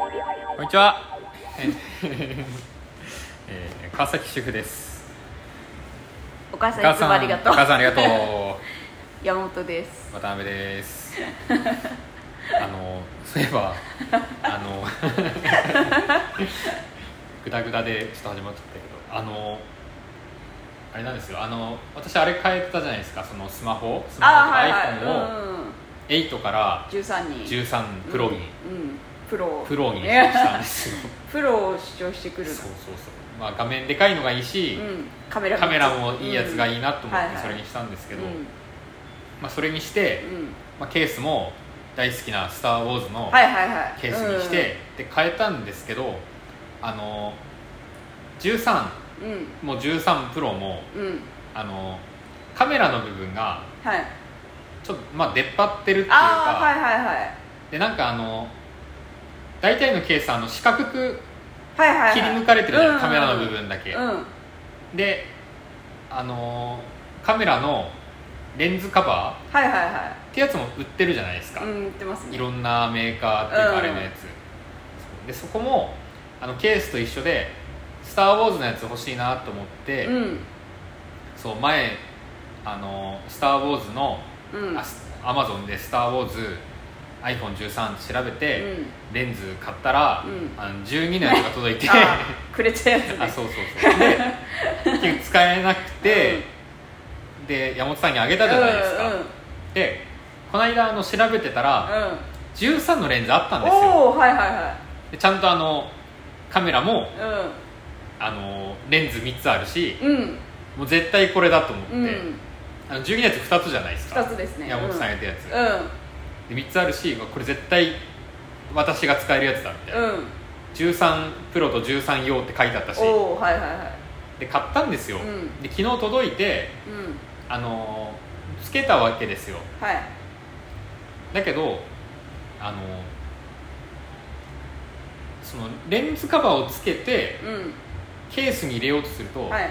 にちは、えー川崎主婦ですお母さおん母いつさもんありがとうお母さんありがとう山本 です渡辺ですあのそういえばあの グダグダでちょっと始まっちゃったけどあのあれなんですよあの私あれ変えてたじゃないですかそのスマホスマホあとあかはいはい iPhone をうん8から13人13プロに、うんプロプロにいしたんやですよ プロを主張してくるそうそうのそう、まあ、画面でかいのがいいし、うんカメラカメラもいいやつがいいいなと思っうんてそれにしたんですけけど、うんまあ、それにして、うんまあ、ケースも大好きな「スター・ウォーズ」のはいはいはいケースにして、で変えたんですけどあの13うんうんも13プロもうんあのカメラの部分がはいちょっと、まあ、出っ張ってるっていうか、ああはいはいはいでなんかあの大体のケースはあの四角くはいはいはい切り抜かれてるじゃん、うんカメラの部分だけ、うんであのカメラのレンズカバーはいはいはってやつも売ってるじゃないですか、いうん言ってますいねろんなメーカーっていううんかあれのやつ、でそこもあのケースと一緒で「スター・ウォーズ」のやつ欲しいなと思って、うんそう前あの「スター・ウォーズの」うんアマゾンで「スター・ウォーズ」iPhone13 って調べうて、 んレンズ買ったら、うんあの12のやつが届いてあーくれちゃうやつ あねそうそうそうで結局使えなくて、で山本さんにあげたじゃないですか、うんうんでこの間あの調べてたら、うん13のレンズあったんですよおおはいはいはでちゃんとあのカメラもいあのレンズ3つあるしうんうんもう絶対これだと思って、うんあの12のやつ2つじゃないですか2つですね山本さんうやんったやつ、でう3つあるしこれ絶対私が使えるやつだみたいな、んうん13プロと13用って書いてあったしおおはいはいはいで買ったんですよ、うんで昨日届いてうんあのつけたわけですよはいだけどあのそのレンズカバーをつけてうケースに入れようとすると、んはい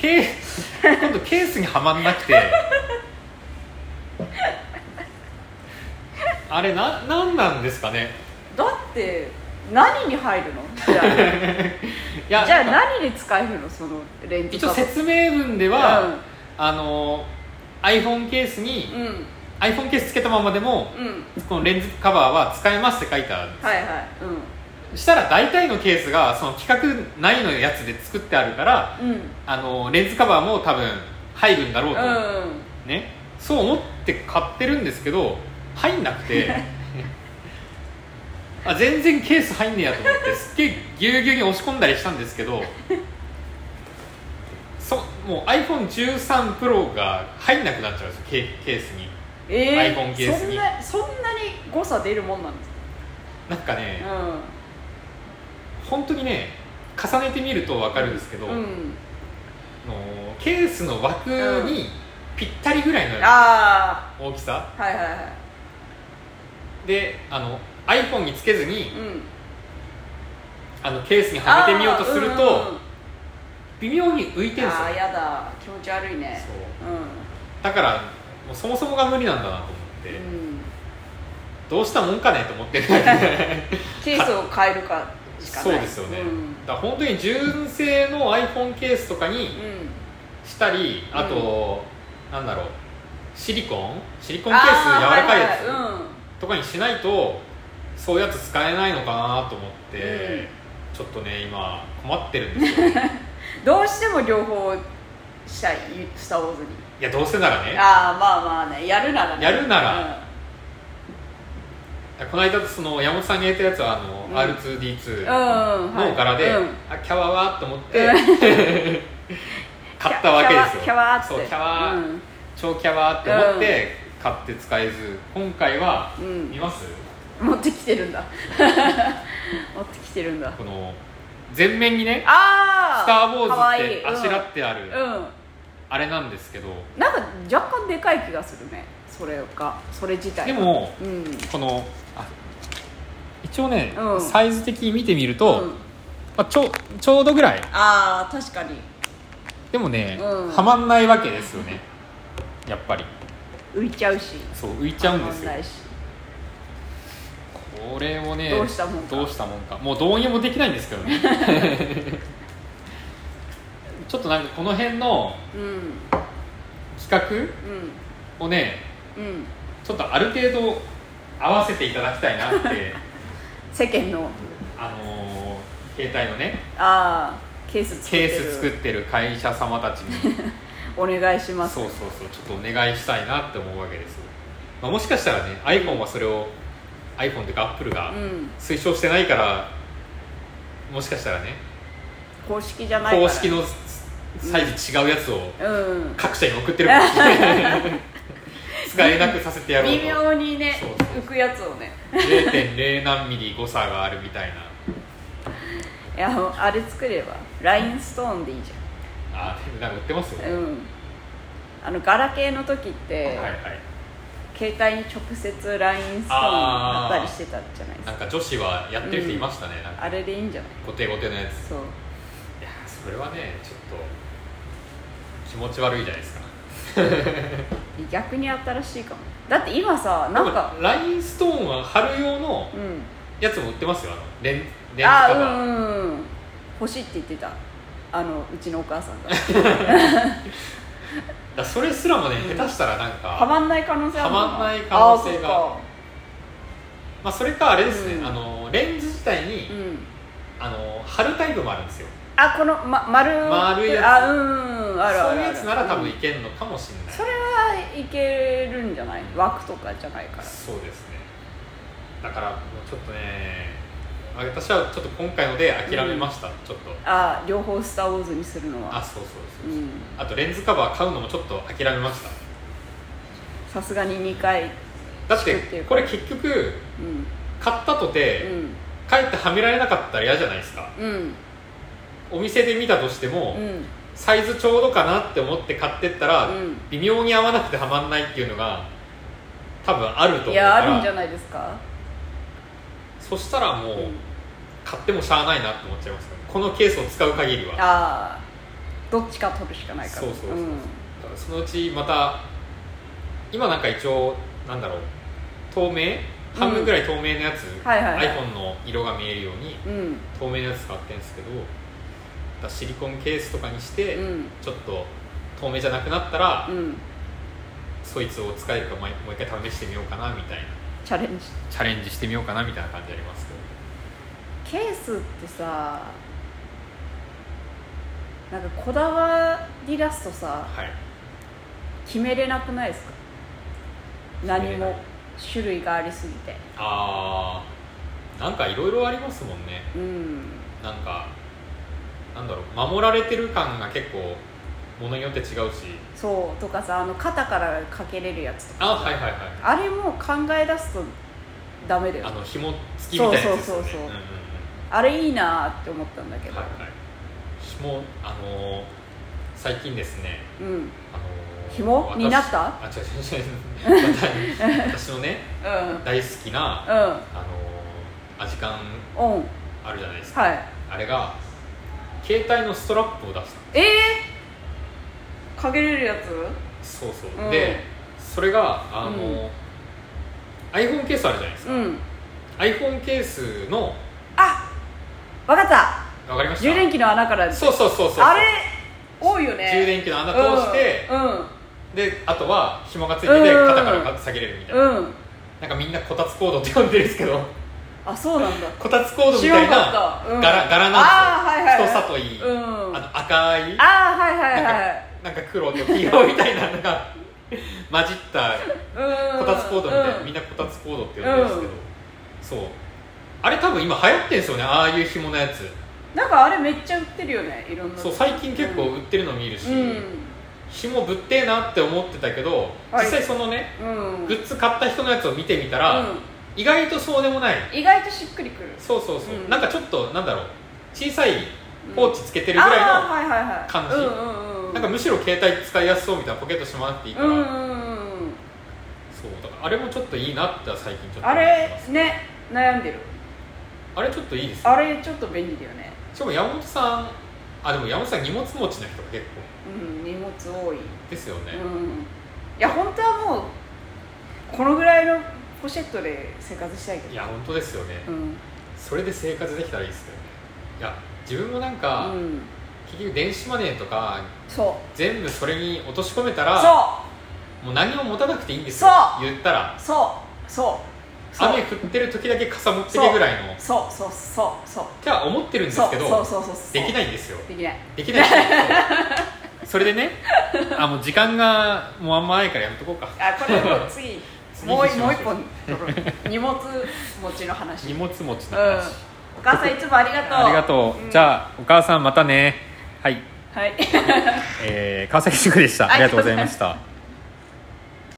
ケース今度ケースにはまんなく てあれななんなんですかねだって何に入るのじゃいあ やじゃあ何に使えるのそのレンズ一カ応バー説明文では、うんあの iPhone ケースに、うん iPhone ケースつけたままでもうんこのレンズカバーは使えますって書いてあるはいはいうんしたら大体のケースがその規格内のやつで作ってあるからうんあのレンズカバーも多分入るんだろうと思ってうんね、そう思って買ってるんですけど入んなくて あ全然ケース入んねえやと思ってすっげえぎゅうぎゅうに押し込んだりしたんですけどそもう iPhone13Pro が入んなくなっちゃうんですよケケースにえ iPhone ケーースそんになそんなに誤差出るもんなんですかなんかうねん本当にね重ねてみると分かるんですけど、うんあのケースの枠にぴったりぐらいのあ大きさあはいはいはいであの iPhone につけずにうんあのケースにはめてみようとすると、あーうんうんうん微妙に浮いてるんですよあーやだ気持ち悪いねそううだからもうそもそもが無理なんだなと思って、ん、うん、どうしたもんかねと思ってるケースを変えるかし かそなういですよね、うんだから本当に純正の iPhone ケースとかにしたりあと、なんだろうシリコンシリコンケース柔らかいやあーははつはとかにしないとそういうやつ使えないのかなと思って、うんちょっとね今困ってるんですようん、どうしても両方したいスター・ウォーズにいやどうせならねああまあまあねやるならねやるなら、この間その山本さんにやったやつはあの、うん R2D2 うんうんはいの柄で、うんあキャワワーと思っうんて、 買ったわけですよキャワーってそうキャワー、うん超キャワーって思って買って使えず今回は、うん見ます持ってきて るんだ持ってきてるんだこの前面にね「ああスター・ウォかわーズ」っいいてあしらってある、うん、うんあれなんですけどなんか若干でかい気がするねそれがそれ自体でがもうんこのあ一応ね、うんサイズ的に見てみると、うんまあ、ちょちょうどぐらいああ確かにでもね、うんはまんないわけですよねやっぱり浮いちゃうしそう浮いちゃうんですよはまんないしこ俺もねどうしたもんかどうしたもんかもうどうにもできないんですけど ねちょっとなんかこの辺のうん企画をねうんうんちょっとある程度合わせていただきたいなって 世間のあのー携帯のねああケース作っケてーるス作ってる会社様たち にお願いしますそうそうそうちょっとお願いしたいなって思うわけです、まあ、もしかしたらね iPhone はそれを iPhone というか Apple がうん推奨してないからもしかしたらね公式じゃないから公式のサイズ違うやつをうん各社に送ってるかもしれ ない使えなくさせてやろう微と妙にねそうそう浮くやつをね0.0何ミリ誤差があるみたいないやもうあれ作ればラインストーンでいいじあでもなんか売ってますよゃんねうんあのガラケーの時って、はいはい携帯に直接ラインストーン貼ったりしてたじゃないですなかんか女子はやってる人いましたね、なんかあれでいいんじゃない固定固定のやつそういやーそれはねちょっと気持ち悪いじゃないですか逆に新しいかもだって今さなんかでもラインストーンは貼る用のうんやつも売ってますよあのレンレンズカバあうーんうんうん欲しいって言ってたあのうちのお母さん がだからそれすらもね、下手したらなんかはまんない可能性あるのかはまんない可能性がああまあ、それかあれですね、うんあのレンズ自体に、そうかうんあの貼るタイプもあるんですよあこの、ま、丸丸いやつあうんうんうんあるそあるあるういうやつなら多分ういんけるのかもしれない、それはいけるんじゃない枠とかじゃないからそうですねだからもうちょっとね私はちょっと今回ので諦めました、ちょっとあ両方「スター・ウォーズ」にするのあはそうそうそうう、んあとレンズカバー買うのもちょっと諦めましたさすがに2回だっ作っててるこかられ結局うん買ったとて、帰ってはめられなかったら嫌じゃないですかうんうんお店で見たとしても、うんサイズちょうどかなって思って買ってったら、うん微妙に合わなくてはまんないっていうのが多分あると思ういかやあるんじゃらないですかそしたらもう、うん買ってもしゃあないなって思っちゃいますねこのケースを使う限りはだかああどっちか取るしかないからそうそうそうんらそのうちまた今なんか一応なんだろう透明半分ぐらい透明のやつ、はいはいはい iPhone の色が見えるようにうん透明のやつ買ってるんですけどだからシリコンケースとかにして、うんちょっと透明じゃなくなったら、うんそいつを使えるかもうもう一回試してみようかなみたいなチャレンジチャレンジしてみようかなみたいな感じありますけどケースってさなんかこだわり出すとさはい決めれなくないですか決め何れないも種類がありすぎてあーなんかいろいろありますもんねうんなんかなんだろう守られてる感が結構ものによって違うしそうとかさあの肩からかけれるやつとかあはいはいはいあれも考え出すとダメだよあの紐付きみたいなやつですよねそうそうそうそうんんんあれいいなって思ったんだけうんど、はいはい紐あのー最近ですねうんうんあのー紐私になったあ違う違う違う 私のね大好きなあうのーアジカンんうんあるじゃないですか、はいあれが携帯のストラップを出したえー、かけれるやつそうそう、うんでそれがあの、う iPhone ケースあるじゃないですうか、ん iPhone ケースのあわかったわかりました充電器の穴からそうそうそうそうあれ多いよね充器電器の穴通して、うであとは紐がついててうん肩から下げれるみたいな、んうん、うん、なんかみんなこたつコードって呼んでるんですけどあそうなんだこたつコードみたい知らなかなったうん柄柄あーはいなはんいですよ、はい太さといい、うんあの赤いあーはいはいはいなんか黒と黄色みたいなのが混じったうんこたつコードみたいな、みんななこたつコードって呼んでるんですけど、そうあれ多分今流行ってんですよねああいう紐のやつなんかあれめっちゃ売ってるよねいろんなそう最近結構売ってるの見るし、うん紐ぶってえなって思ってたけど、はい実際そのねうん、うんグッズ買った人のやつを見てみたら、うん意外とそうでもない意外としっくりくるそうそうそう、うんなんかちょっとなんだろう小さいポーチつけてるぐらいあーの、はいはいはい感じうんうんうんなんかむしろ携帯使いやすそうみたいなポケットしまっていいかうら、んうんうんうんそうだからあれもちょっといいなって最近ちょっとあ思ってれますね悩んでるあれちょっといいですよあれちょっと便利だよねしかも山本さんあでも山本さん荷物持ちの人が結構うん荷物多いですよね、うんいや本当はもうこのぐらいのポシェットで生活したいけいどや本当ですよね、うんそれで生活できたらいいですけどねいや自分もなんうか、ん結局電子マネーとかそう全部それに落とし込めたそらうもう何も持たなくていいんですよそう言ったらそうそうそう雨降ってる時だけ傘持ってけぐらいのっそうそうそうそうては思ってるんですそうけどそうそうそうそうできいないんですよできないできないんですよ それでねあもう時間がもうあんまないからやめとこうかあこれもう 次次もうにしもうま一しょう本取ろう荷物持ちの話荷うん物持ちの話、お母さんいつもありがとうありがとう、んじゃあお母さんまたねはい、はいえー川崎塾でしたはいありがとうございました